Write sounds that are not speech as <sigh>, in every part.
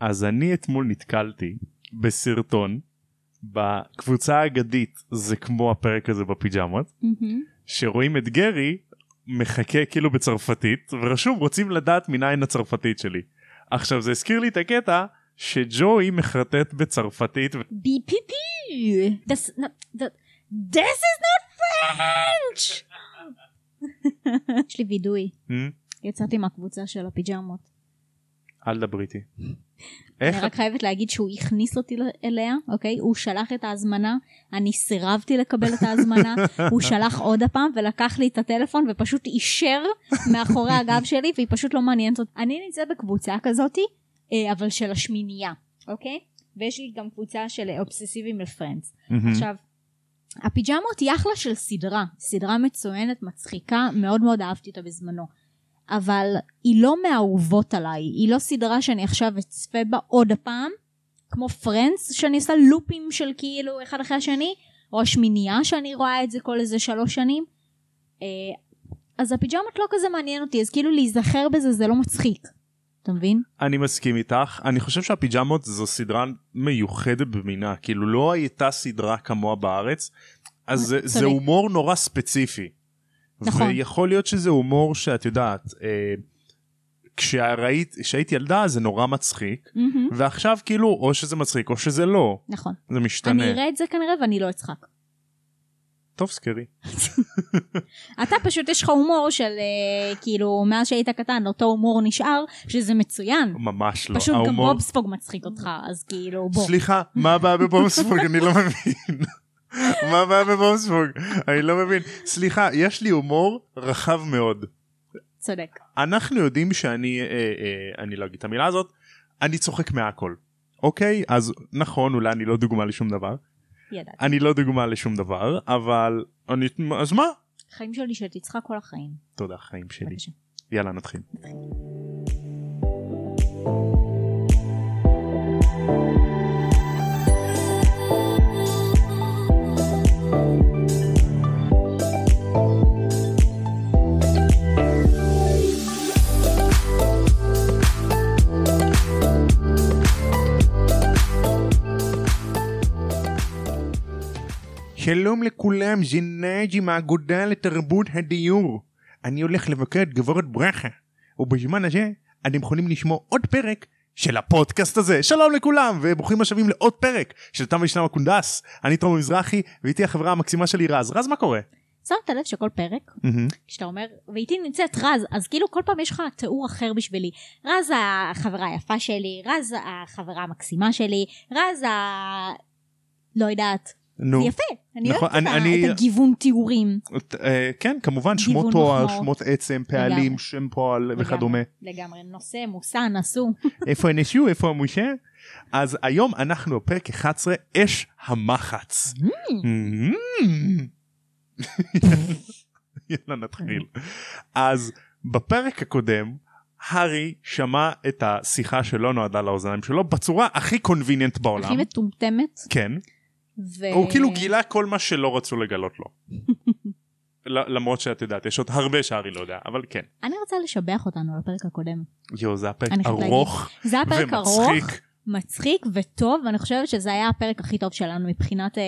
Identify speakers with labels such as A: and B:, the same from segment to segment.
A: אז אני אתמול נתקלתי בסרטון בקבוצה האגדית זה כמו הפרק הזה בפיג'מות
B: מהמם.
A: שרואים את גרי מחכה כאילו בצרפתית ורשום רוצים לדעת מניין הצרפתית שלי. עכשיו זה הזכיר לי את הקטע שג'וי מחרטט בצרפתית
B: BPP. That's not, that, this is not French! יש לי וידוי.
A: אה?
B: יצאתי מהקבוצה של הפיג'מות.
A: אל דברי איתי.
B: אני
A: איך
B: רק חייבת להגיד שהוא הכניס אותי ל- אליה, אוקיי? הוא שלח את ההזמנה, אני סירבתי לקבל את ההזמנה, הוא שלח עוד הפעם ולקח לי את הטלפון ופשוט אישר מאחורי הגב שלי והיא פשוט לא מעניינת אותי. אני נמצאת בקבוצה כזאתי, אה, אבל של השמינייה, אוקיי? ויש לי גם קבוצה של אה, אובססיביים לפרנדס.
A: מהמם.
B: עכשיו, הפיג'מות היא אחלה של סדרה, סדרה מצוינת, מצחיקה, מאוד מאוד אהבתי אותה בזמנו. אבל היא לא מהאהובות עליי, היא לא סדרה שאני עכשיו אצפה בה עוד הפעם, כמו פרנס, שאני עושה לופים של כאילו אחד אחרי השני, או השמינייה שאני רואה את זה כל איזה שלוש שנים. אה, אז הפיג'מות לא כזה מעניין אותי, אז כאילו להיזכר בזה זה לא מצחיק. אתה מבין?
A: אני מסכים איתך אני חושב שהפיג'מות זו סדרה מיוחדת במינה כאילו לא הייתה סדרה כמוה בארץ אז זה, זה
B: צודק.
A: הומור נורא ספציפי.
B: נכון.
A: ויכול להיות שזה הומור שאת יודעת אה, כשראית כשהייתי ילדה זה נורא מצחיק ועכשיו כאילו או שזה מצחיק או שזה לא
B: נכון.
A: זה משתנה
B: אני אראה את זה כנראה ואני לא אצחק.
A: טוב סקרי
B: אתה פשוט יש לך הומור של אה, כאילו מאז שהיית קטן אותו הומור נשאר שזה מצוין.
A: ממש לא
B: פשוט גם
A: ההומור-
B: בובספוג מצחיק אותך אז כאילו בוא.
A: סליחה מה הבעיה בבומספורג אני לא מבין. מה הבעיה בבומספורג אני לא מבין סליחה יש לי הומור רחב מאוד
B: צודק.
A: אנחנו יודעים שאני אה, אה, אני לא אגיד את המילה הזאת אני צוחק מהכל אוקיי אז נכון אולי אני לא דוגמה לשום דבר
B: ידעתי.
A: אני לא דוגמה לשום דבר אבל אני אז מה
B: חיים שלי שתצחק כל החיים.
A: תודה חיים שלי
B: בבקשה.
A: יאללה נתחיל. שלום לכולם, זה נאג'י מהאגודה לתרבות הדיור. אני הולך לבקר את גברת ברכה, ובזמן הזה אתם יכולים לשמוע עוד פרק של הפודקאסט הזה. שלום לכולם, וברוכים השבים לעוד פרק של תם ושלם הקונדס. אני תומר מזרחי, ואיתי החברה המקסימה שלי רז. רז, מה קורה?
B: שמת לב שכל פרק כשאתה אומר ואיתי נמצאת רז אז כאילו כל פעם יש לך תיאור אחר בשבילי. רז החברה היפה שלי, רז החברה המקסימה שלי, רז ה... לא יודעת.
A: נו,
B: זה יפה. אני
A: נכון,
B: אוהבת את
A: אני-
B: ה-
A: אני-
B: את הגיוון תיאורים.
A: ת- אה, כן, כמובן,
B: גיוון
A: שמות תואר,
B: מחמאות.
A: שמות עצם, פעלים,
B: לגמרי.
A: שם פועל וכדומה.
B: לגמרי. נושא, מושא, נשוא.
A: איפה הנשו, איפה המושה? אז היום אנחנו בפרק 11, אש המחץ. Mm. <laughs> יאללה נתחיל. אז בפרק הקודם הארי שמע את השיחה שלא נועדה לאוזניים שלו בצורה הכי קונביניאנט בעולם.
B: הכי אה. מטומטמת.
A: כן.
B: ו...
A: הוא כאילו גילה כל מה שלא רצו
B: <laughs>
A: לגלות לו. ל- למרות שאת יודעת יש עוד הרבה שהארי לא יודע אבל כן.
B: אני רוצה לשבח אותנו על הפרק הקודם.
A: יואו זה הפרק
B: אני חייבת
A: ארוך
B: זה היה פרק ארוך,
A: ומצחיק.
B: מצחיק וטוב, ואני חושבת שזה היה הפרק הכי טוב שלנו מבחינת אה,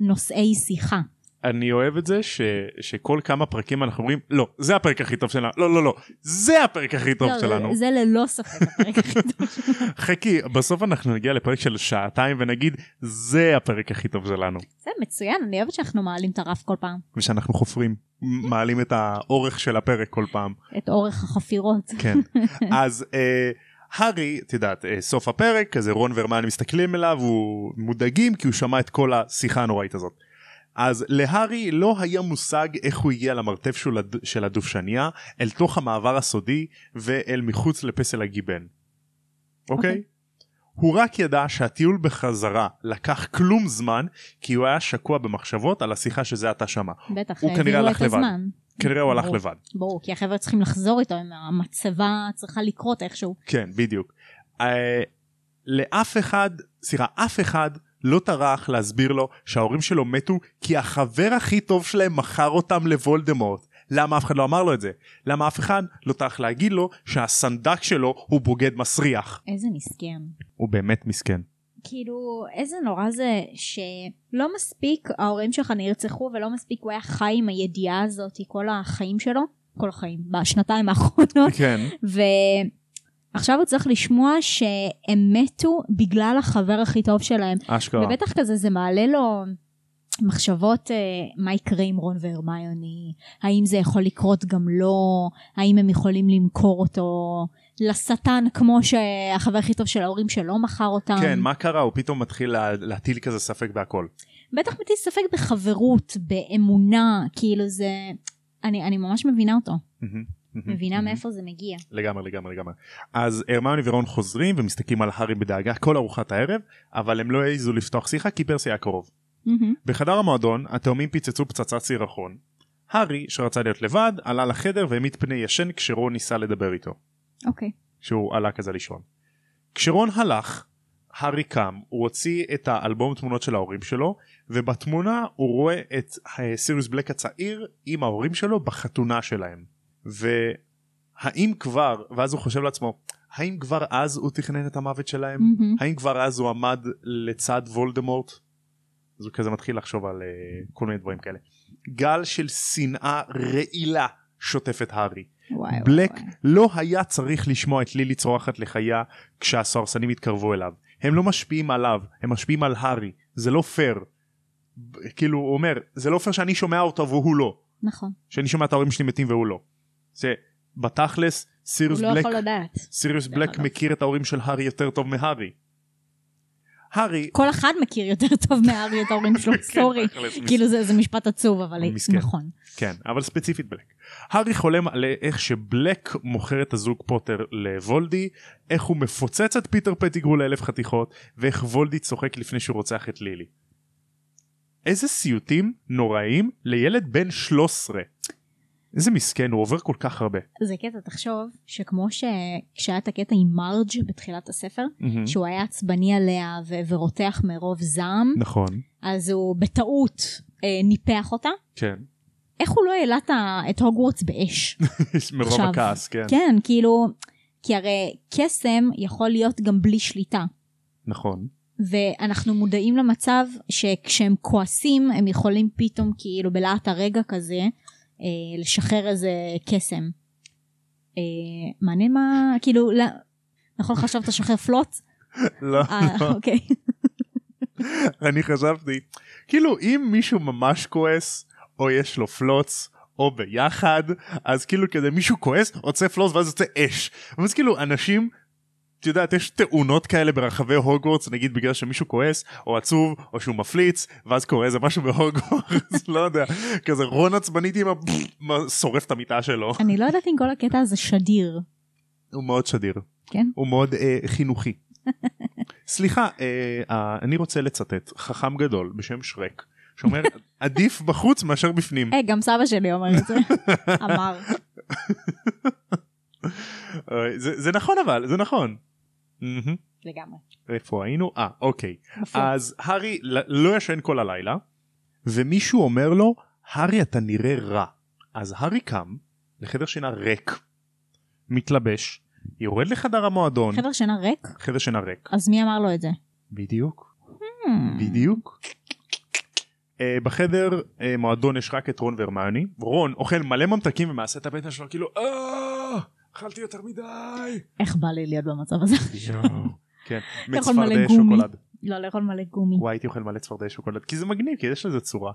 B: נושאי שיחה.
A: אני אוהב את זה ש, שכל כמה פרקים אנחנו אומרים לא זה הפרק הכי טוב שלנו לא לא לא זה הפרק הכי טוב
B: לא, זה-
A: שלנו.
B: זה ללא ספק הפרק הכי טוב. <laughs>
A: חכי בסוף אנחנו נגיע לפרק של שעתיים ונגיד זה הפרק הכי טוב שלנו
B: זה מצוין, אני אוהבת שאנחנו מעלים את הרף כל פעם,
A: ושאנחנו חופרים מ- מעלים את האורך של הפרק כל פעם
B: את אורך החפירות.
A: כן אז אה, הארי את יודעת אה, סוף הפרק כזה רון והרמני מסתכלים אליו הוא מודאגים כי הוא שמע את כל השיחה הנוראית הזאת. אז להארי לא היה מושג איך הוא הגיע למרתף של, הד... של הדובשניה אל תוך המעבר הסודי ואל מחוץ לפסל הגיבן. אוקיי?
B: אוקיי.
A: הוא רק ידע שהטיול בחזרה לקח כלום זמן כי הוא היה שקוע במחשבות על השיחה שזה עתה שמע.
B: בטח,
A: הוא
B: העבירו
A: כנראה הלך
B: את
A: לבד.
B: הזמן.
A: כנראה הוא הלך
B: ברור.
A: לבד.
B: ברור, כי החבר'ה צריכים לחזור איתו, אם המצבה צריכה לקרות איכשהו.
A: כן בדיוק. אה, לאף אחד סליחה אף אחד לא טרח להסביר לו שההורים שלו מתו כי החבר הכי טוב שלהם מכר אותם לוולדמורט. למה אף אחד לא אמר לו את זה? למה אף אחד לא טרח להגיד לו שהסנדק שלו הוא בוגד מסריח?
B: איזה מסכן.
A: הוא באמת מסכן.
B: כאילו, איזה נורא זה שלא מספיק ההורים שלך נרצחו ולא מספיק הוא היה חי עם הידיעה הזאת כל החיים שלו, כל החיים, בשנתיים האחרונות, <laughs>
A: כן.
B: ועכשיו הוא צריך לשמוע שהם מתו בגלל החבר הכי טוב שלהם.
A: אשכרה.
B: ובטח כזה זה מעלה לו מחשבות אה, מה יקרה עם רון והרמיוני, האם זה יכול לקרות גם לו, האם הם יכולים למכור אותו לשטן כמו שהחבר הכי טוב של ההורים שלו מכר אותם.
A: כן, מה קרה? הוא פתאום מתחיל לה- להטיל כזה ספק בהכל.
B: בטח מטיל ספק בחברות, באמונה, כאילו זה... אני, אני ממש מבינה אותו,
A: מהמם, מהמם,
B: מבינה
A: מהמם.
B: מאיפה זה מגיע.
A: לגמרי לגמרי לגמרי אז הרמיוני ורון חוזרים ומסתכלים על הארי בדאגה כל ארוחת הערב אבל הם לא העזו לפתוח שיחה כי פרסי היה קרוב.
B: מהמם.
A: בחדר המועדון התאומים פיצצו פצצת סירחון. הארי שרצה להיות לבד עלה לחדר והעמיד פני ישן כשרון ניסה לדבר איתו.
B: אוקיי.
A: שהוא עלה כזה לישון. כשרון הלך, הארי קם, הוא הוציא את האלבום תמונות של ההורים שלו, ובתמונה הוא רואה את אה, סיריוס בלק הצעיר עם ההורים שלו בחתונה שלהם. והאם כבר, ואז הוא חושב לעצמו, האם כבר אז הוא תכנן את המוות שלהם?
B: מהמם.
A: האם כבר אז הוא עמד לצד וולדמורט? אז הוא כזה מתחיל לחשוב על אה, כל מיני דברים כאלה. גל של שנאה רעילה שוטף את הארי.
B: וואי, וואי,
A: בלק
B: וואי.
A: לא היה צריך לשמוע את לילי צורחת לחיה כשהסוהרסנים התקרבו אליו. הם לא משפיעים עליו, הם משפיעים על הארי. זה לא פייר. ב- כאילו, הוא אומר, זה לא פייר שאני שומע אותו והוא לא.
B: נכון.
A: שאני שומע את ההורים שלי מתים והוא לא. זה בתכלס, סיריוס
B: הוא לא
A: בלק,
B: יכול לדעת. לא נכון.
A: סיריוס
B: דרך
A: בלק
B: אגב.
A: מכיר את ההורים של הארי יותר טוב מהארי. הארי...
B: כל אחד מכיר יותר טוב מהארי
A: <laughs>
B: את ההורים שלו, סורי.
A: תכלס,
B: כאילו זה, זה משפט עצוב, אבל
A: כן. מסכן.
B: נכון.
A: כן, אבל ספציפית בלק. הארי חולם על איך שבלק מוכר את הזוג פוטר לוולדי, איך הוא מפוצץ את פיטר פטיגרו לאלף חתיכות, ואיך וולדי צוחק לפני שהוא רוצח את לילי. איזה סיוטים נוראים לילד בן 13. איזה מסכן, הוא עובר כל כך הרבה.
B: זה קטע, תחשוב, שכמו שכשהיה את הקטע עם מרג' בתחילת הספר,
A: Mm-hmm.
B: שהוא היה עצבני עליה ו- ורותח מרוב זעם,
A: נכון.
B: אז הוא בטעות אה, ניפח אותה.
A: כן. <laughs>
B: איך הוא לא העלה את ה- את הוגוורטס באש?
A: מרוב
B: עכשיו.
A: הכעס, כן.
B: כן, כאילו, כי הרי קסם יכול להיות גם בלי שליטה.
A: נכון.
B: ואנחנו מודעים למצב שכשהם כועסים, הם יכולים פתאום, כאילו, בלהט הרגע כזה, אה, לשחרר איזה קסם. אה, מעניין מה, כאילו, לא... נכון, חשבת לשחרר פלוט?
A: לא, לא. <laughs>
B: אה, אוקיי.
A: אני חשבתי, כאילו אם מישהו ממש כועס, או יש לו פלוץ, או ביחד, אז כאילו כזה מישהו כועס, עוצה פלוץ ואז יוצא אש. ואז כאילו אנשים, את יודעת, יש תאונות כאלה ברחבי הוגוורטס, נגיד בגלל שמישהו כועס, או עצוב, או שהוא מפליץ, ואז קורה איזה משהו בהוגוורטס, <laughs> לא יודע, כזה רון עצבנית עם ה... <laughs> מה- שורף את המיטה שלו.
B: אני לא יודעת אם כל הקטע הזה שדיר.
A: הוא מאוד שדיר.
B: כן?
A: הוא מאוד אה,
B: <laughs>
A: חינוכי. סליחה, אה, אה, אני רוצה לצטט חכם גדול בשם שרק,
B: <laughs>
A: שאומר עדיף בחוץ מאשר בפנים.
B: היי, גם סבא שלי
A: <laughs>
B: אומר את זה. אמר.
A: אה, זה זה נכון אבל, זה נכון. מהמם.
B: לגמרי.
A: איפה היינו? אה, אוקיי.
B: בפועל.
A: אז הארי ל- לא ישן כל הלילה, ומישהו אומר לו, הארי אתה נראה רע. אז הארי קם לחדר שינה ריק, מתלבש, יורד לחדר המועדון,
B: חדר שינה ריק?
A: חדר שינה ריק.
B: אז מי אמר לו את זה?
A: בדיוק.
B: Hmm.
A: בדיוק. Mm-hmm. אה, בחדר אה, מועדון יש רק את רון והרמיוני, רון אוכל מלא ממתקים ומעשה את הבטן שלו כאילו "אה, אכלתי יותר מדי.
B: Hmm, איך בא לי להיות במצב הזה?
A: <laughs> כן,
B: לאכול מלא
A: מצפרדעי
B: גומי.
A: שוקולד.
B: לא לאכול מלא גומי.
A: וואי הייתי אוכל מלא צפרדעי שוקולד כי זה מגניב כי יש לזה צורה.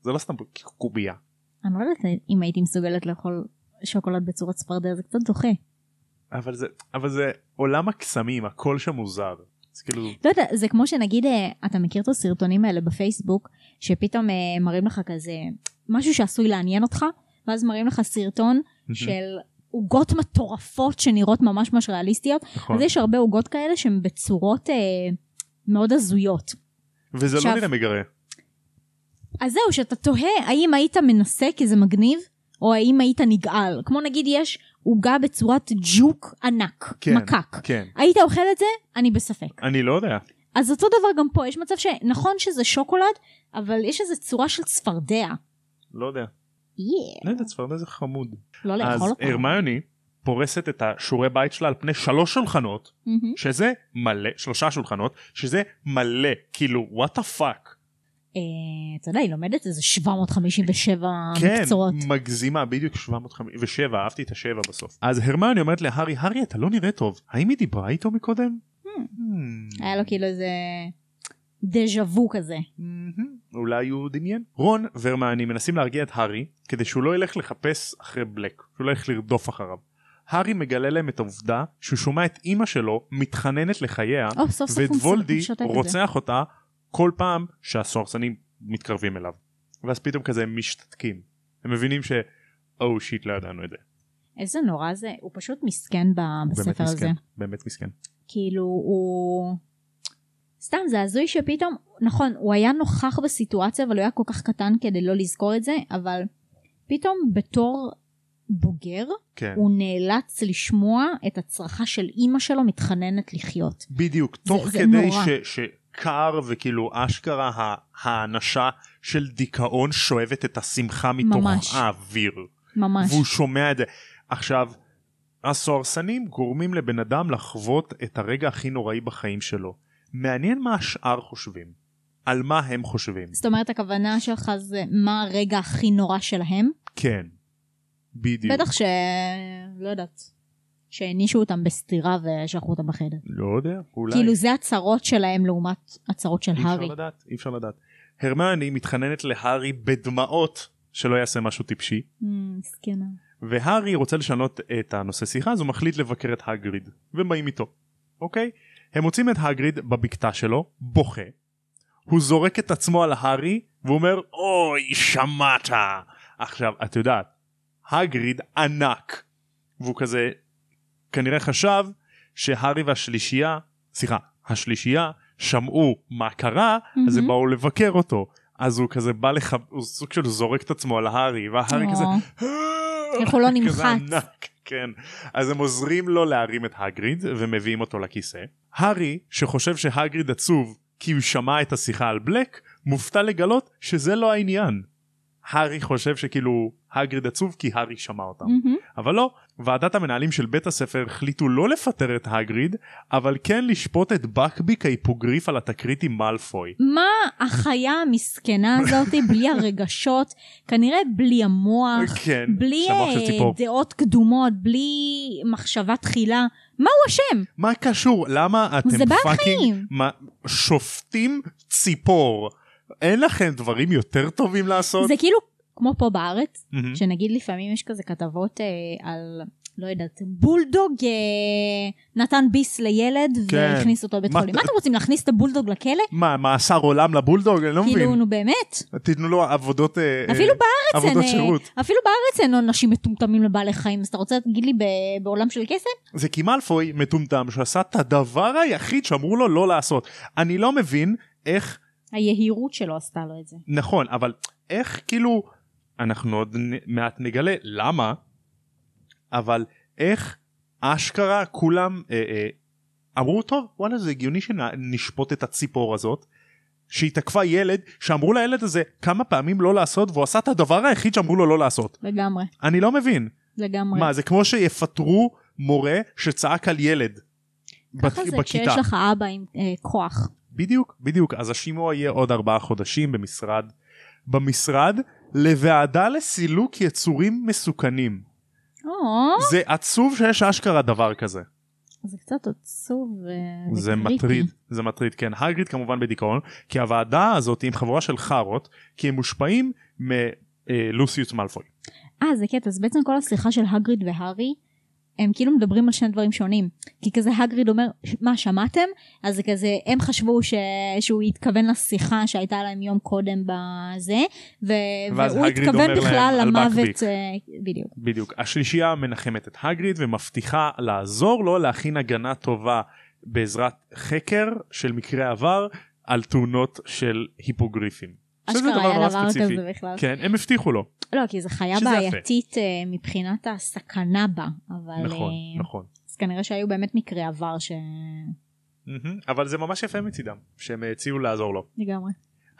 A: זה לא סתם קובייה.
B: אני לא יודעת אם הייתי מסוגלת לאכול שוקולד בצורת צפרדע, זה קצת דוחה.
A: אבל זה אבל זה עולם הקסמים הכל שם מוזר. זה כאילו
B: לא יודע, זה כמו שנגיד, אה, אתה מכיר את הסרטונים האלה בפייסבוק, שפתאום אה, מראים לך כזה משהו שעשוי לעניין אותך, ואז מראים לך סרטון של עוגות מטורפות שנראות ממש ממש ריאליסטיות,
A: נכון.
B: אז יש הרבה עוגות כאלה שהן בצורות אה, מאוד הזויות.
A: וזה לא
B: עכשיו-
A: נראה מגרה.
B: אז זהו, שאתה תוהה האם היית מנסה כי זה מגניב, או האם היית נגעל. כמו נגיד יש עוגה בצורת ג'וק ענק,
A: כן.
B: מקק.
A: כן.
B: היית אוכל את זה? אני בספק.
A: אני לא יודע.
B: אז אותו דבר גם פה, יש מצב שנכון שזה שוקולד, אבל יש איזו צורה של צפרדע.
A: לא יודע.
B: Yeah.
A: נדע צפרדע זה חמוד.
B: לא
A: אז
B: לאכול אותה.
A: הרמיוני פורסת את השיעורי בית שלה על פני שלוש שולחנות
B: מהמם.
A: שזה מלא שלושה שולחנות שזה מלא כאילו what the fuck
B: אה, אתה יודע, היא לומדת איזה 757
A: כן
B: אה, מקצועות.
A: מגזימה בדיוק 757 אהבתי את השבע בסוף אז הרמיוני אומרת להארי הארי אתה לא נראה טוב האם היא דיברה איתו מקודם? Hmm.
B: היה לו כאילו איזה דז'ה וו כזה.
A: מהמם. Mm-hmm. אולי הוא דמיין. רון והרמני מנסים להרגיע את הארי כדי שהוא לא ילך לחפש אחרי בלק, שהוא לא ילך לרדוף אחריו. הארי מגלה להם את העובדה שהוא שומע את אימא שלו מתחננת לחייה
B: או, סוף סוף
A: ואת
B: הוא
A: וולדי
B: משתק את זה.
A: רוצח אותה כל פעם שהסוהרסנים מתקרבים אליו. ואז פתאום כזה הם משתתקים. הם מבינים ש... או שיט לא ידענו את זה.
B: איזה נורא זה, הוא פשוט מסכן ב-
A: הוא באמת
B: בספר הזה.
A: מסכן, באמת מסכן.
B: כאילו הוא... סתם זה הזוי שפתאום, נכון, הוא היה נוכח בסיטואציה אבל הוא היה כל כך קטן כדי לא לזכור את זה, אבל פתאום בתור בוגר
A: כן.
B: הוא נאלץ לשמוע את הצרחה של אימא שלו מתחננת לחיות.
A: בדיוק, תוך
B: זה
A: כדי
B: נורא.
A: ש, שקר וכאילו אשכרה ה- האנשה של דיכאון שואבת את השמחה מתוך
B: ממש.
A: האוויר,
B: ממש.
A: והוא שומע את זה. עכשיו, הסוהרסנים גורמים לבן אדם לחוות את הרגע הכי נוראי בחיים שלו. מעניין מה השאר חושבים, על מה הם חושבים.
B: זאת אומרת הכוונה שלך זה מה הרגע הכי נורא שלהם?
A: כן, בדיוק.
B: בטח ש... לא יודעת. שהענישו אותם בסתירה ושלחו אותם בחדר.
A: לא יודע, אולי.
B: כאילו זה הצרות שלהם לעומת הצרות של
A: אי אפשר
B: הארי.
A: לדעת, אי אפשר לדעת. הרמני מתחננת להארי בדמעות שלא יעשה משהו טיפשי.
B: אמ, מסכנה.
A: והארי רוצה לשנות את הנושא שיחה אז הוא מחליט לבקר את הגריד ובאים איתו אוקיי הם מוצאים את הגריד בבקתה שלו בוכה הוא זורק את עצמו על הארי ואומר אוי שמעת עכשיו את יודעת הגריד ענק והוא כזה כנראה חשב שהארי והשלישייה סליחה השלישייה שמעו מה קרה אז הם
B: מהמם.
A: באו לבקר אותו אז הוא כזה בא לך הוא סוג של זורק את עצמו על הארי והארי כזה
B: או. איך הוא לא נמחץ.
A: כזה ענק, כן. אז הם עוזרים לו להרים את הגריד ומביאים אותו לכיסא. הארי, שחושב שהגריד עצוב כי הוא שמע את השיחה על בלק, מופתע לגלות שזה לא העניין. הארי חושב שכאילו הגריד עצוב כי הארי שמע אותם.
B: מהמם.
A: אבל לא, ועדת המנהלים של בית הספר החליטו לא לפטר את הגריד, אבל כן לשפוט את בקביק ההיפוגריף על התקרית עם מאלפוי.
B: מה החיה המסכנה הזאתי בלי הרגשות, כנראה בלי המוח,
A: כן,
B: אה, בלי
A: שהמוח של
B: אה,
A: ציפור.
B: דעות קדומות, בלי מחשבה תחילה. מה הוא אשם?
A: מה קשור? למה אתם
B: זה בעל
A: פאקינג
B: חיים.
A: מה- שופטים ציפור? אין לכם דברים יותר טובים לעשות?
B: זה כאילו כמו פה בארץ,
A: מהמם.
B: שנגיד לפעמים יש כזה כתבות אה, על, לא יודעת, בולדוג אה, נתן ביס לילד
A: כן.
B: והכניס אותו לבית
A: מה-
B: חולים. מה אתם רוצים, להכניס את הבולדוג לכלא?
A: מה, מאסר עולם לבולדוג? אני לא
B: כאילו,
A: מבין.
B: נו באמת.
A: תיתנו לו עבודות אה, אה,
B: אפילו בארץ אין,
A: עבודות
B: אה,
A: שירות.
B: אפילו בארץ אין עונשים מטומטמים לבעלי חיים, אז אתה רוצה להגיד לי ב- בעולם של כסף?
A: זה כי מאלפוי מטומטם שעשה את הדבר היחיד שאמרו לו לא לעשות. אני לא מבין איך,
B: היהירות שלו עשתה לו את זה.
A: נכון, אבל איך כאילו, אנחנו עוד נ- מעט נגלה למה, אבל איך אשכרה כולם אה, אה, אמרו טוב וואלה זה הגיוני שנשפוט את הציפור הזאת שהיא תקפה ילד שאמרו לילד הזה כמה פעמים לא לעשות והוא עשה את הדבר היחיד שאמרו לו לא לעשות
B: לגמרי,
A: אני לא מבין
B: לגמרי.
A: מה זה כמו שיפטרו מורה שצעק על ילד בת-
B: ככה זה כשיש
A: בכיתה
B: לך אבא עם אה, כוח.
A: בדיוק בדיוק אז השימוע יהיה עוד ארבעה חודשים במשרד במשרד לוועדה לסילוק יצורים מסוכנים
B: או,
A: זה עצוב שיש אשכרה דבר כזה.
B: זה קצת עצוב אה,
A: זה
B: וקריטי.
A: מטריד זה מטריד כן הגריד כמובן בדיכאון כי הוועדה הזאת עם חבורה של חארות כי הם מושפעים מלוסיוס מאלפוי
B: אה, זה קטע, אז בעצם כל השיחה של הגריד והארי, הם כאילו מדברים על שני דברים שונים. כי כזה הגריד אומר, "ש- מה, שמעתם? אז זה כזה, הם חשבו ש... שהוא התכוון לשיחה שהייתה להם יום קודם בזה, ו...
A: ואז
B: והוא
A: הגריד
B: התכוון
A: אומר
B: בכלל
A: להם על
B: למוות,
A: בקביק.
B: אה, בדיוק.
A: בדיוק השלישייה מנחמת את הגריד ומבטיחה לעזור לו להכין הגנה טובה בעזרת חקר של מקרי עבר על תאונות של היפוגריפים. שזה
B: אשכרה
A: דבר
B: היה
A: נורא
B: דבר
A: ספציפי.
B: כזה בכלל.
A: כן הם הבטיחו לו
B: לא, כי זו חיה
A: שזה יפה.
B: בעייתית אה, מבחינת הסכנה בה, אבל
A: נכון
B: אה,
A: נכון
B: אז כנראה שהיו באמת מקרי עבר ש...
A: מהמם, אבל זה ממש יפה מצידם שהם הציעו לעזור לו.
B: לגמרי.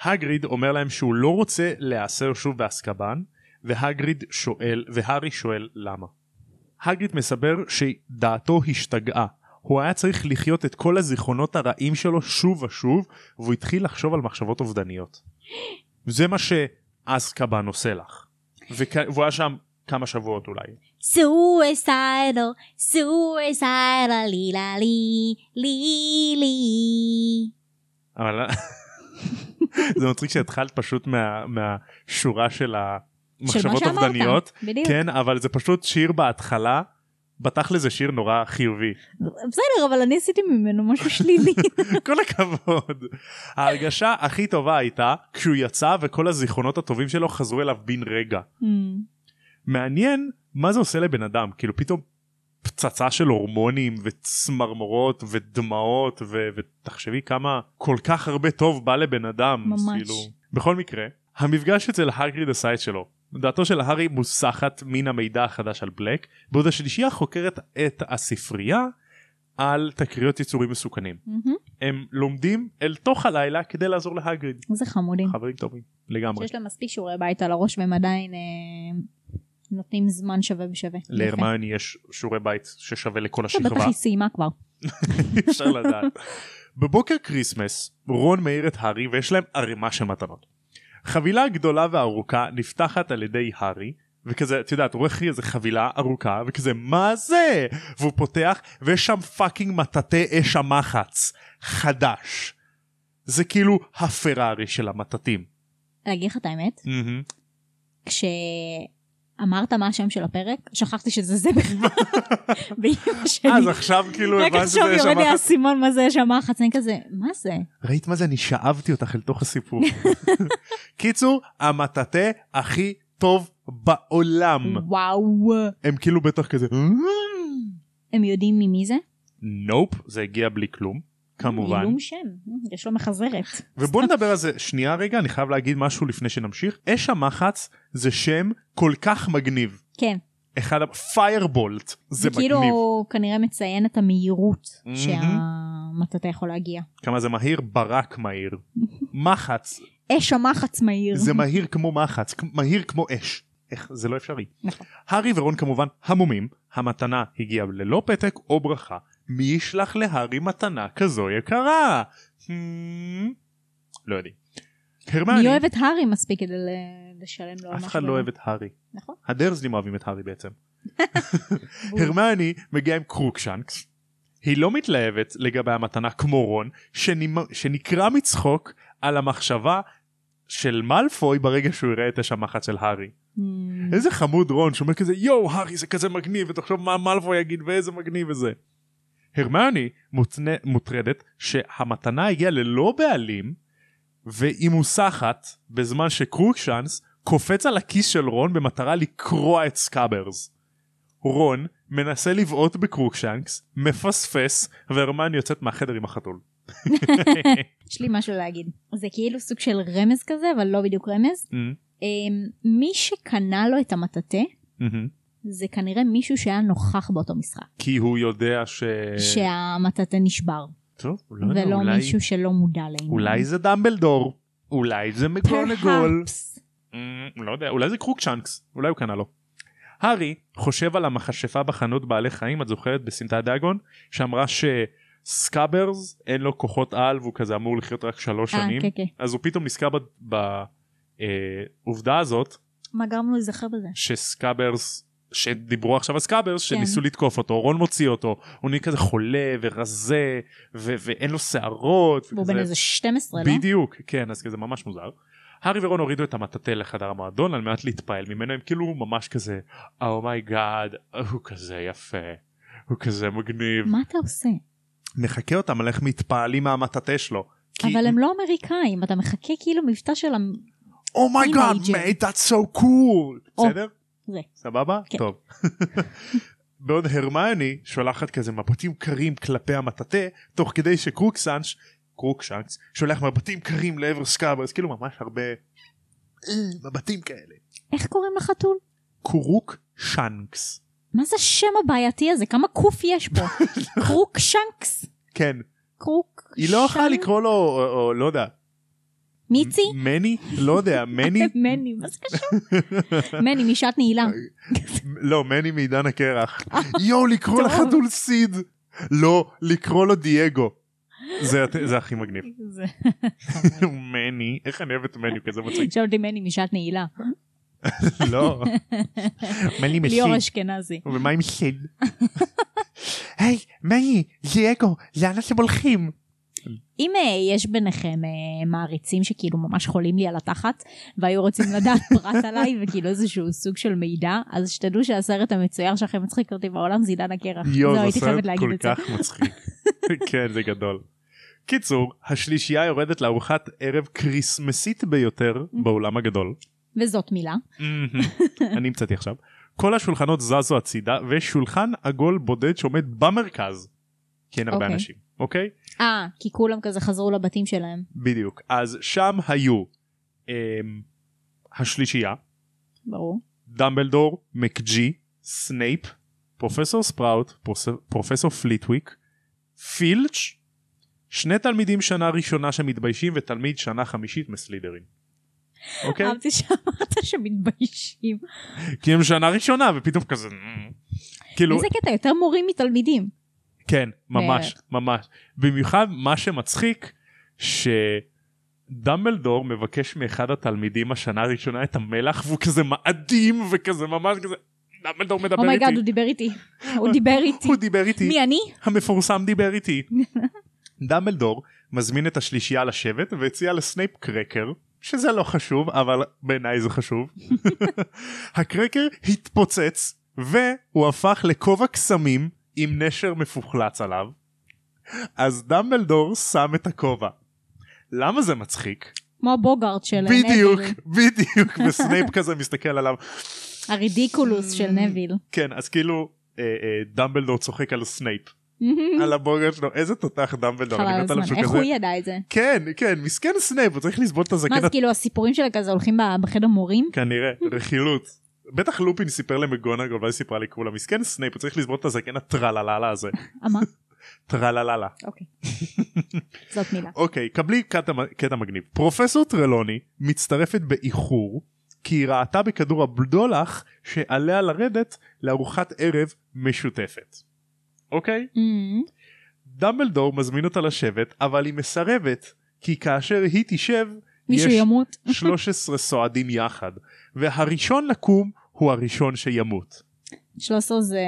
A: הגריד אומר להם שהוא לא רוצה להיאסר שוב באסקבן והגריד שואל והארי שואל למה. הגריד מסבר שדעתו השתגעה. הוא היה צריך לחיות את כל הזיכרונות הרעים שלו שוב ושוב והוא התחיל לחשוב על מחשבות אובדניות. זה מה שאסקבן עושה לך. וכ... והוא היה שם כמה שבועות אולי.
B: Suicidal, suicidal, לי לה לי, לי לי.
A: אבל <laughs> זה מצחיק שהתחלת פשוט מה, מהשורה של המחשבות
B: של מה שאמרת,
A: אובדניות.
B: בדיוק.
A: כן אבל זה פשוט שיר בהתחלה. בתכל'ס זה שיר נורא חיובי
B: בסדר, אבל אני עשיתי ממנו משהו
A: <laughs>
B: שלילי.
A: כל הכבוד. ההרגשה הכי טובה הייתה כשהוא יצא וכל הזיכרונות הטובים שלו חזרו אליו בן רגע.
B: Hmm.
A: מעניין מה זה עושה לבן אדם כאילו פתאום פצצה של הורמונים וצמרמורות ודמעות ו- ותחשבי כמה כל כך הרבה טוב בא לבן אדם. אז
B: ממש.
A: בכל מקרה המפגש אצל הגריד עשה את שלו. דעתו של הארי מוסחת מן המידע החדש על בלק בעוד השלישייה חוקרת את הספרייה על תקריות יצורים מסוכנים.
B: מהמם.
A: הם לומדים אל תוך הלילה כדי לעזור להגריד.
B: איזה חמודים.
A: חברים טובים לגמרי.
B: כן. שיש להם מספיק שיעורי בית על הראש והם עדיין אה, נותנים זמן שווה בשווה. יפה.
A: להרמיוני יש שיעורי בית ששווה לכל
B: טוב, בטח
A: השכבה.
B: היא סיימה כבר.
A: אי אפשר לדעת. בבוקר כריסמס רון מעיר את הארי ויש להם ערימה של מתנות. חבילה גדולה וארוכה נפתחת על ידי הארי וכזה את יודעת הוא רואה אחי איזה חבילה ארוכה וכזה מה זה והוא פותח ויש שם פאקינג מטאטא אש המחץ חדש. זה כאילו הפרארי של המטאטים.
B: להגיד לך את האמת?
A: מהמם.
B: כשאמרת מה השם של הפרק, שכחתי שזה זה בכלל.
A: <laughs>
B: באמא שלי.
A: אז עכשיו כאילו
B: רק
A: הבנת
B: עכשיו
A: שזה אש
B: יורד לי
A: המחץ.
B: האסימון מה זה יש המחץ, אני כזה, מה זה?
A: ראית מה זה אני שאבתי אותך אל תוך הסיפור. <laughs> קיצור המטאטא הכי טוב בעולם.
B: וואו.
A: הם כאילו בטח כזה
B: הם יודעים ממי זה?
A: נופ זה הגיע בלי כלום כמובן
B: עילום שם, "אה, יש לו מחזרת.
A: ובוא נדבר על זה שנייה רגע אני חייב להגיד משהו לפני שנמשיך אש המחץ זה שם כל כך מגניב
B: כן,
A: אחד פיירבולט זה
B: זה כאילו
A: מגניב
B: הוא כנראה מציין את המהירות
A: מהמם.
B: שהמטאטא יכול להגיע.
A: כמה זה מהיר ברק
B: <laughs>
A: מהיר מחץ
B: אש המחץ מהיר.
A: זה מהיר כמו מחץ כ- מהיר כמו אש איך זה לא אפשרי
B: נכון.
A: הארי ורון כמובן המומים המתנה הגיעה ללא פתק או ברכה מי ישלח להארי מתנה כזו יקרה Hmm, לא יודעים.
B: <laughs> אני
A: הרמני
B: אוהבת הארי מספיק כדי ל- לשלם לו על
A: אף
B: משהו
A: אחד לא
B: גדול.
A: אוהב את הארי
B: נכון.
A: הדרזלים אוהבים את הארי בעצם
B: בול.
A: הרמני מגיעה עם קרוקשנקס היא לא מתלהבת לגבי המתנה כמו רון שנמ- שנקרע מצחוק על המחשבה של מאלפוי ברגע שהוא יראה את אש המחץ של הארי.
B: Mm,
A: איזה חמוד רון שאומר כזה יואו הארי זה כזה מגניב ותחשוב מה מאלפוי יגיד ואיזה מגניב וזה. הרמני מותנה, מוטרדת שהמתנה הגיעה ללא בעלים והיא מוסחת בזמן שקרוקשנס קופץ על הכיס של רון במטרה לקרוע את סקאברס. רון מנסה לבעוט בקרוקשנקס, מפספס, והרמני יוצאת מהחדר עם החתול.
B: יש לי משהו להגיד. זה כאילו סוג של רמז כזה, אבל לא בדיוק רמז.
A: אמ,
B: אמ, מי שקנה לו את המטאטא,
A: אמ,
B: זה כנראה מישהו שהיה נוכח באותו משחק.
A: כי הוא יודע ש...
B: שהמטאטא נשבר.
A: טוב, אה, לא יודע,
B: ולא
A: אולי-
B: מישהו שלא מודע לעניין.
A: אולי זה דמבלדור, אולי זה מגונגול.
B: Perhaps.
A: Mm, לא יודע, אולי זה קרוקשנקס, אולי הוא קנה לו. הארי חושב על המכשפה בחנות בעלי חיים, את זוכרת בסמטה דאגון, שאמרה שסקאברס אין לו כוחות על והוא כזה אמור לחיות רק שלוש
B: אה,
A: שנים,
B: כן, כן.
A: אז הוא פתאום נזכר בעובדה הזאת
B: מה גרם לו להיזכר בזה?
A: שסקאברס, שדיברו עכשיו על סקאברס,
B: כן.
A: שניסו לתקוף אותו, רון מוציא אותו, הוא נהיה כזה חולה ורזה ו- ואין לו שערות.
B: הוא
A: וכזה-
B: בן איזה 12, לא?
A: בדיוק, כן, אז כזה ממש מוזר. הארי ורון הורידו את המטאטא לחדר המועדון על מנת להתפעל ממנו, הם כאילו ממש כזה, אומייגאד, הוא כזה יפה, הוא כזה מגניב.
B: מה אתה עושה?
A: מחכה אותם על איך מתפעלים מהמטאטא שלו.
B: אבל הם לא אמריקאים, אתה מחכה כאילו מבטא של... המ-
A: אומייגאד,
B: teenager.
A: "Oh mate, that's so cool.
B: או,
A: בסדר?
B: זה.
A: סבבה?
B: כן.
A: טוב. <laughs> בעוד הרמיוני שולחת כזה מבטים קרים כלפי המטאטא, תוך כדי שקרוקסנש, קרוקשנקס, שולח מבטים קרים לעבר סקאברס, כאילו ממש הרבה אה, מבטים כאלה.
B: איך קוראים לחתול?
A: קורוק שנקס.
B: מה זה השם הבעייתי הזה? כמה קוף יש
A: <laughs>
B: פה? קרוק שנקס?
A: כן,
B: קרוק
A: לא. היא לא יכולה
B: שנק?
A: לקרוא לו, או, או לא יודע,
B: מיצי?
A: מני? לא
B: <laughs>
A: יודע, מני?
B: מני, מה זה קשור? מני, משעת נעילה.
A: לא, מני מעידן הקרח. יואו, לקרוא לחתול סיד. לא, לקרוא לו דייגו. זה זה הכי
B: <laughs>
A: מגניב.
B: זה-
A: מני, איך אני אוהב את מני, הוא כזה
B: <laughs>
A: מצחיק.
B: שאל אותי מני משעת נעילה.
A: לא. מני
B: ליאור
A: מסיד.
B: אשכנזי.
A: ומה עם סיד? <laughs> היי, מני, דייגו, לאן אתם הולכים?
B: אם אה, יש ביניכם אה, מעריצים שכאילו ממש חולים לי על התחת והיו רוצים לדעת <laughs> פרט עליי וכאילו איזשהו סוג של מידע אז שתדעו שהסרט המצויר שהכי מצחיק אותי בעולם זה עידן הקרח. זהו,
A: יואו,
B: אה, לא, הייתי
A: זה סרט
B: חייבת להגיד
A: כל
B: את זה.
A: כך
B: <laughs>
A: מצחיק. כן, זה גדול. קיצור, השלישייה יורדת לארוחת ערב כריסמסית ביותר באולם הגדול.
B: וזאת מילה.
A: אני המצאתי עכשיו. כל השולחנות זזו הצידה ושולחן עגול בודד שעומד במרכז. כי אין הרבה
B: אוקיי.
A: אנשים, אוקיי?
B: אה, כי כולם כזה חזרו לבתים שלהם.
A: בדיוק. אז שם היו אמ, השלישייה,
B: ברור.
A: דמבלדור, מקג'י, סנייפ, פרופסור ספראוט, פרוס- פרופסור פליטוויק, פילץ', שני תלמידים שנה ראשונה שמתביישים ותלמיד שנה חמישית מסלידרין. אוקיי?
B: אהבתי שאמרת <laughs>
A: כאילו-
B: שמתביישים.
A: כי הם שנה ראשונה ופתאום כזה... כאילו,
B: איזה קטע, יותר מורים מתלמידים.
A: כן, ממש, ממש. במיוחד מה שמצחיק, שדמבלדור מבקש מאחד התלמידים השנה הראשונה את המלח והוא כזה מאדים וכזה ממש כזה, דמבלדור מדבר
B: אומייגאד,
A: איתי.
B: Oh הוא דיבר איתי. הוא דיבר איתי.
A: הוא דיבר איתי.
B: מי אני?
A: המפורסם דיבר איתי. <laughs> דמבלדור מזמין את השלישייה לשבת והציע לסנייפ קרקר, שזה לא חשוב, אבל בעיניי זה חשוב. <laughs> הקרקר התפוצץ, והוא הפך לכובע קסמים עם נשר מפוחלץ עליו. אז דמבלדור שם את הכובע. למה זה מצחיק?
B: כמו בוגארט של נביל.
A: בדיוק, <laughs>
B: <laughs>
A: בדיוק, וסנייפ כזה מסתכל עליו.
B: הרדיקולוס של נביל.
A: כן, אז כאילו אה, אה, דמבלדור צוחק על סנייפ,
B: <laughs> אה,
A: על הבוגר שלו, איזה תותח דמבלדור.
B: חבל
A: אני
B: על
A: מת עליו
B: הזמן.
A: שהוא
B: איך
A: כזה-
B: הוא ידע את זה?
A: כן, כן, מסכן סנייפ, הוא צריך לסבול את
B: מה
A: הזקן
B: זה כאילו הסיפורים שלה כזה הולכים ב- בחדר מורים?
A: כנראה,
B: <laughs>
A: רכילות. בטח לופין סיפר למגונגול ואז סיפרה לכולם, מסכן סנייפ, הוא צריך לסבול את הזקן הטרלללה
B: <laughs>
A: הזה.
B: אה מה?
A: טרלללה.
B: אוקיי. זאת מילה.
A: אוקיי, קבלי קטע, קטע מגניב. פרופסור טרלוני מצטרפת באיחור, כי היא ראתה בכדור הבדולח שעליה לרדת לארוחת ערב משותפת. אוקיי?
B: אמ,
A: דמבלדור מזמין אותה לשבת, אבל היא מסרבת, כי כאשר היא תשב,
B: מישהו
A: יש-
B: ימות?
A: 13 סועדים יחד, והראשון לקום הוא הראשון שימות.
B: 13 זה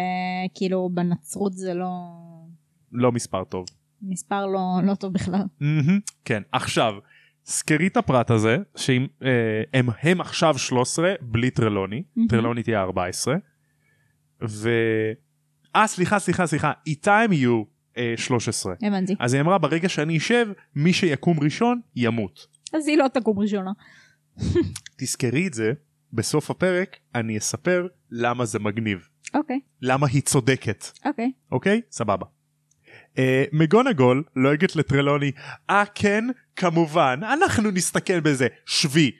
B: כאילו בנצרות זה לא...
A: לא מספר טוב.
B: מספר לא- לא טוב בכלל.
A: מהמם. כן, עכשיו, סקרי את הפרט הזה, שהם אה, הם- הם עכשיו 13 בלי טרלוני,
B: מהמם.
A: טרלוני תהיה 14, ו... אה, סליחה, סליחה, סליחה, איתה הם יהיו אה, 13.
B: הבנתי.
A: אז היא אמרה, ברגע שאני אשב, מי שיקום ראשון, ימות.
B: אז היא לא תקום ראשונה.
A: תזכרי את זה, בסוף הפרק אני אספר למה זה מגניב,
B: אוקיי,
A: למה היא צודקת.
B: <laughs> אוקיי.
A: אוקיי? סבבה. אה, מגונגול לועגת לטרלוני, אה כן, כמובן, אנחנו נסתכל בזה, שבי.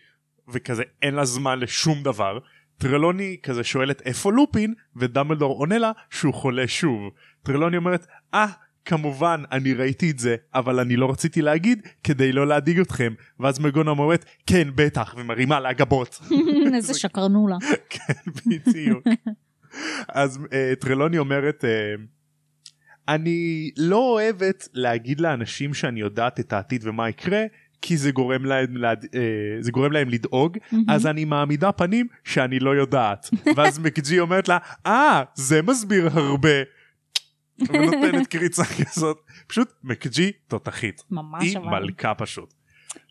A: וכזה אין לה זמן לשום דבר. טרלוני כזה שואלת איפה לופין, ודמבלדור עונה לה שהוא חולה שוב. טרלוני אומרת, אה, כמובן, אני ראיתי את זה, אבל אני לא רציתי להגיד כדי לא להדאיג אתכם. ואז מגונגול אומרת, כן, בטח, ומרימה לה גבות.
B: איזה שקרנולה.
A: כן, בדיוק. אז אה, טרלוני אומרת, אה, אני לא אוהבת להגיד לאנשים שאני יודעת את העתיד ומה יקרה, כי זה גורם להם, להד... אה, זה גורם להם לדאוג, <laughs>
B: Mm-hmm.
A: אז אני מעמידה פנים שאני לא יודעת. ואז מקג'י אומרת לה, אה, זה מסביר הרבה. ונותנת קריצה כזאת, פשוט מקג'י תותחית.
B: Mm-hmm. ממש
A: היא
B: אבל.
A: מלכה פשוט.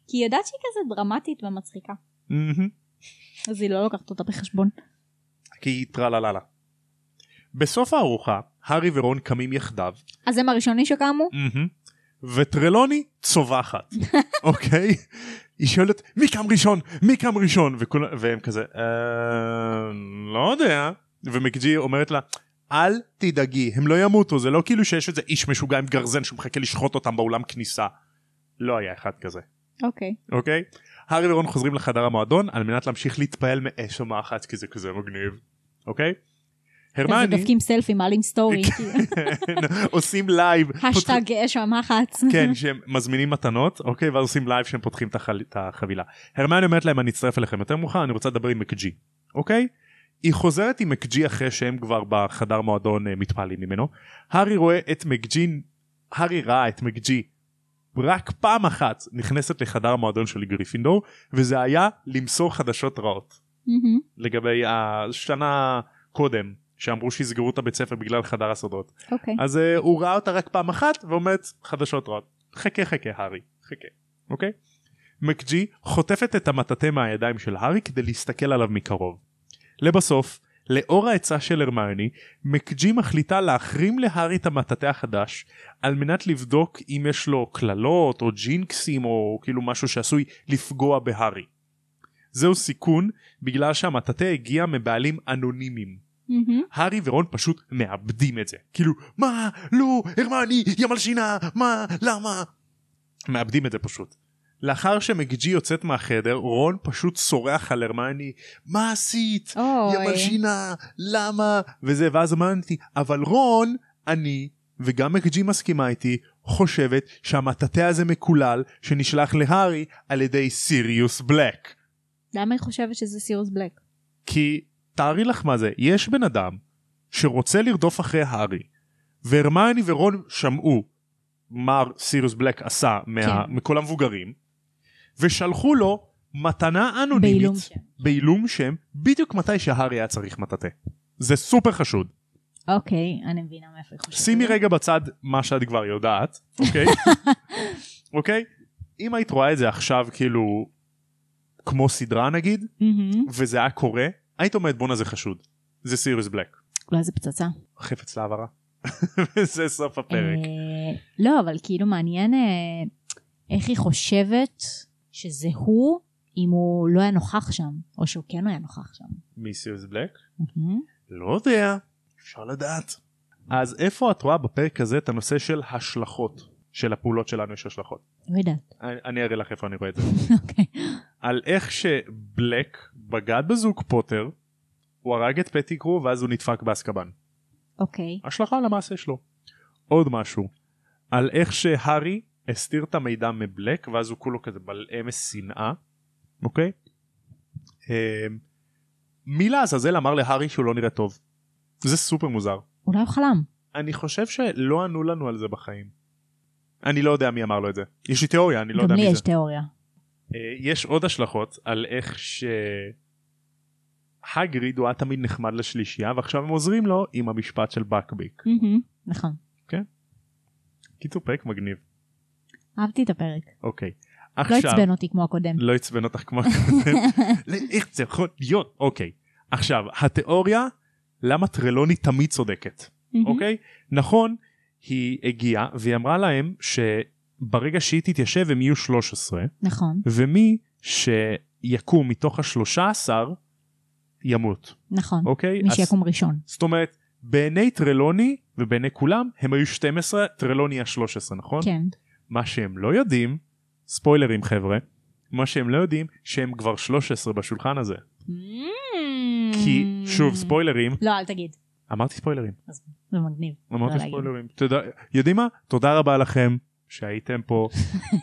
B: כי היא יודעת שהיא כזה דרמטית ומצחיקה.
A: מהמם.
B: אז היא לא לוקחת אותה בחשבון.
A: כי היא טרללה. בסוף הארוחה, הארי ורון קמים יחדיו,
B: אז הם הראשונים שקמו?
A: מהמם. וטרלוני צווחת, אוקיי? היא שואלת מי קם ראשון? מי קם ראשון? וכולם, והם כזה, "אה, לא יודע. ומקג'י אומרת לה, אל תדאגי, הם לא ימותו, זה לא כאילו שיש איזה איש משוגע עם גרזן שמחכה לשחוט אותם באולם כניסה. לא היה אחד כזה,
B: אוקיי.
A: אוקיי? הארי ורון חוזרים לחדר המועדון על מנת להמשיך להתפעל מאש המחץ, כי זה כזה מגניב, אוקיי?
B: כזה
A: הרמני כן,
B: דופקים סלפי, מעלים
A: <laughs>
B: סטורי, כאילו.
A: עושים לייב, פותחים-
B: השטג אש המחץ.
A: כן, שהם מזמינים מתנות, אוקיי, ואז עושים לייב שהם פותחים את החל- את החבילה. הרמיוני אומרת להם, אני אצטרף אליכם יותר מאוחר, אני רוצה לדבר עם מקג'י, אוקיי? היא חוזרת עם מקג'י אחרי שהם כבר בחדר מועדון אה, מתפעלים ממנו. הארי רואה את מקג'י, הארי ראה את מקג'י רק פעם אחת נכנסת לחדר המועדון של גריפינדור, וזה היה למסור חדשות רעות.
B: מהמם.
A: לגבי השנה קודם, שאמרו שיסגרו את הבית ספר בגלל חדר הסודות.
B: אוקיי.
A: אז uh, הוא ראה אותה רק פעם אחת ואומרת חדשות רעות חכה חכה הארי חכה אוקיי מקג'י חוטפת את המטאטא מהידיים של הארי כדי להסתכל עליו מקרוב לבסוף לאור העצה של הרמיוני מקג'י מחליטה להחרים להארי את המטאטא החדש על מנת לבדוק אם יש לו קללות או ג'ינקסים או כאילו משהו שעשוי לפגוע בהארי זהו סיכון בגלל שהמטאטא הגיע מבעלים אנונימיים
B: מהמם.
A: הארי ורון פשוט מאבדים את זה. כאילו, מה? לא, הרמני, יא מלשינה, מה? למה? מאבדים את זה פשוט. לאחר שמקג'י יוצאת מהחדר, רון פשוט צורח על הרמני, מה עשית? יא
B: אוי.
A: מלשינה, למה? וזה, ואז אמרתי, אבל רון, אני, וגם מקג'י מסכימה איתי, חושבת שהמטאטא הזה מקולל, שנשלח להארי על ידי סיריוס בלק.
B: למה היא חושבת שזה סירוס בלק?
A: כי תארי לך מה זה, יש בן אדם שרוצה לרדוף אחרי הארי, והרמיוני ורון שמעו מה סיריוס בלק עשה מה,
B: כן.
A: מכל המבוגרים, ושלחו לו מתנה אנונימית,
B: בעילום שם.
A: בעילום שם, בדיוק מתי שהארי היה צריך מטאטא. זה סופר חשוד.
B: אוקיי, אני מבינה מאיפה היא חושבת.
A: שימי רגע בצד מה שאת כבר יודעת,
B: <laughs>
A: אוקיי? אוקיי? אם היית רואה את זה עכשיו כאילו כמו סדרה נגיד,
B: מהמם.
A: וזה היה קורה, היית אומרת בואנה זה חשוד. זה סיריוס בלק.
B: אולי זה פצצה.
A: חפץ להעברה. <laughs> וזה סוף הפרק.
B: אה, לא, אבל כאילו מעניין אה, איך היא חושבת שזה הוא, אם הוא לא היה נוכח שם, או שהוא כן היה נוכח שם. Mm-hmm.
A: מי סיריוס בלק?
B: מהמם.
A: לא יודע. אפשר לדעת. אז איפה את רואה בפרק הזה את הנושא של השלכות? של הפעולות שלנו יש השלכות.
B: לא יודעת. <laughs>
A: אני, אני אראה לך איפה אני רואה את זה.
B: אוקיי.
A: על איך שבלק בגד בזוג פוטר, הוא הרג את פטיגרו ואז הוא נדפק באסקבן.
B: אוקיי.
A: השלכה על המעשה שלו. עוד משהו, על איך שהארי הסתיר את המידע מבלק ואז הוא כולו כזה בלעמס שנאה, אוקיי? אה, מי לעזאזל אמר להארי שהוא לא נראה טוב? זה סופר מוזר.
B: אולי הוא חלם.
A: אני חושב שלא ענו לנו על זה בחיים. אני לא יודע מי אמר לו את זה. יש לי תיאוריה, אני לא יודע
B: גם לי
A: מי זה.
B: יש תיאוריה.
A: אה, יש עוד השלכות על איך ש... הגריד הוא היה תמיד נחמד לשלישייה ועכשיו הם עוזרים לו עם המשפט של בקביק.
B: מהמם. נכון.
A: קיצור פרק מגניב.
B: אהבתי את הפרק.
A: אוקיי.
B: לא
A: עכשיו,
B: עצבן אותי
A: <laughs>
B: כמו הקודם. <laughs> Mm-hmm.
A: לא עצבן אותך כמו... לא, איך זה יכול להיות? אוקיי. עכשיו, התיאוריה, למה טרלוני תמיד צודקת,
B: מהמם.
A: אוקיי? נכון, היא הגיעה והיא אמרה להם שברגע שהיא תתיישב הם יהיו 13,
B: נכון.
A: ומי שיקום מתוך ה-13 ימות,
B: נכון.
A: אוקיי?
B: מי
A: אז-
B: שיקום ראשון.
A: זאת אומרת, בעיני טרלוני ובעיני כולם הם היו 12, טרלוני היה 13, נכון?
B: כן.
A: מה שהם לא יודעים, ספוילרים חבר'ה, מה שהם לא יודעים שהם כבר 13 בשולחן הזה. כי
B: Mm.
A: שוב ספוילרים,
B: לא, אל תגיד.
A: אמרתי ספוילרים,
B: זה מגניב.
A: אמרתי
B: לא להגיד.
A: ספוילרים. תודה, יודעים מה? תודה רבה לכם שהייתם
B: <laughs>
A: פה,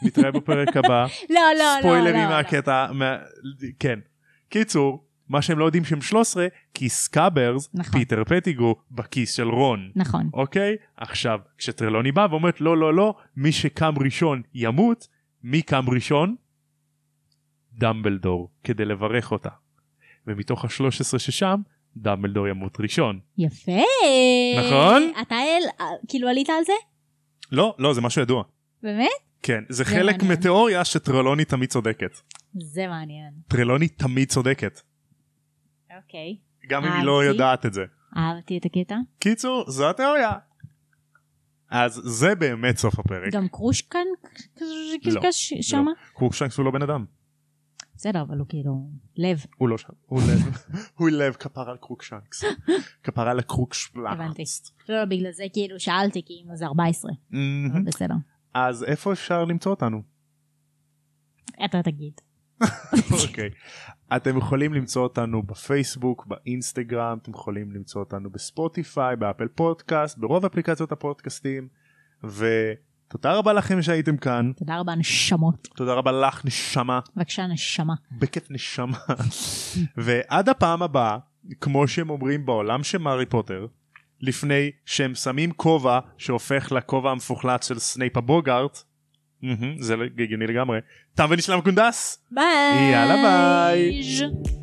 A: נתראה בפרק הבא,
B: לא, לא, לא.
A: ספוילרים
B: לא, לא.
A: מהקטע, מה- כן. קיצור, מה שהם לא יודעים שהם 13, כי סקאברס,
B: נכון.
A: פיטר פטיגרו, בכיס של רון.
B: נכון.
A: אוקיי? עכשיו, כשטרלוני באה ואומרת לא, לא, לא, מי שקם ראשון ימות, מי קם ראשון? דמבלדור, כדי לברך אותה. ומתוך ה-13 ששם, דמבלדור ימות ראשון.
B: יפה.
A: נכון?
B: אתה אל, כאילו עלית על זה?
A: לא, לא, זה משהו ידוע.
B: באמת?
A: כן, זה
B: זה
A: חלק
B: מעניין.
A: מתיאוריה שטרלוני תמיד צודקת.
B: זה מעניין.
A: טרלוני תמיד צודקת.
B: אוקיי.
A: גם אם היא
B: אהבתי.
A: לא יודעת את זה.
B: אהבתי את הקטע.
A: קיצור, זו התיאוריה. אז זה באמת סוף הפרק.
B: גם קרוש כאן
A: לא,
B: קשקש שמה?
A: קרוקשנקס הוא לא בן אדם.
B: בסדר, אבל הוא כאילו לב,
A: הוא לא שם, הוא לב, הוא לב כפר על קרוקשנקס, כפר על
B: הבנתי.
A: הקרוקשפלאקס.
B: לא, בגלל זה כאילו שאלתי, כי אם זה 14, אבל בסדר.
A: אז איפה אפשר למצוא אותנו?
B: אתה תגיד.
A: אוקיי. אתם יכולים למצוא אותנו בפייסבוק, באינסטגרם, אתם יכולים למצוא אותנו בספוטיפיי, באפל פודקאסט, ברוב אפליקציות הפודקאסטים, ותודה רבה לכם שהייתם כאן,
B: תודה רבה, נשמות.
A: תודה רבה לך נשמה,
B: בבקשה, נשמה.
A: בכיף נשמה, ועד הפעם הבאה, כמו שהם אומרים בעולם של מארי פוטר, לפני שהם שמים כובע שהופך לכובע המפוחלץ של סנייפ הבוגארט, מהמם, זה הגיוני לגמרי, תם ונשלם קונדס.
B: ביי!
A: יאללה, ביי.
B: ז'.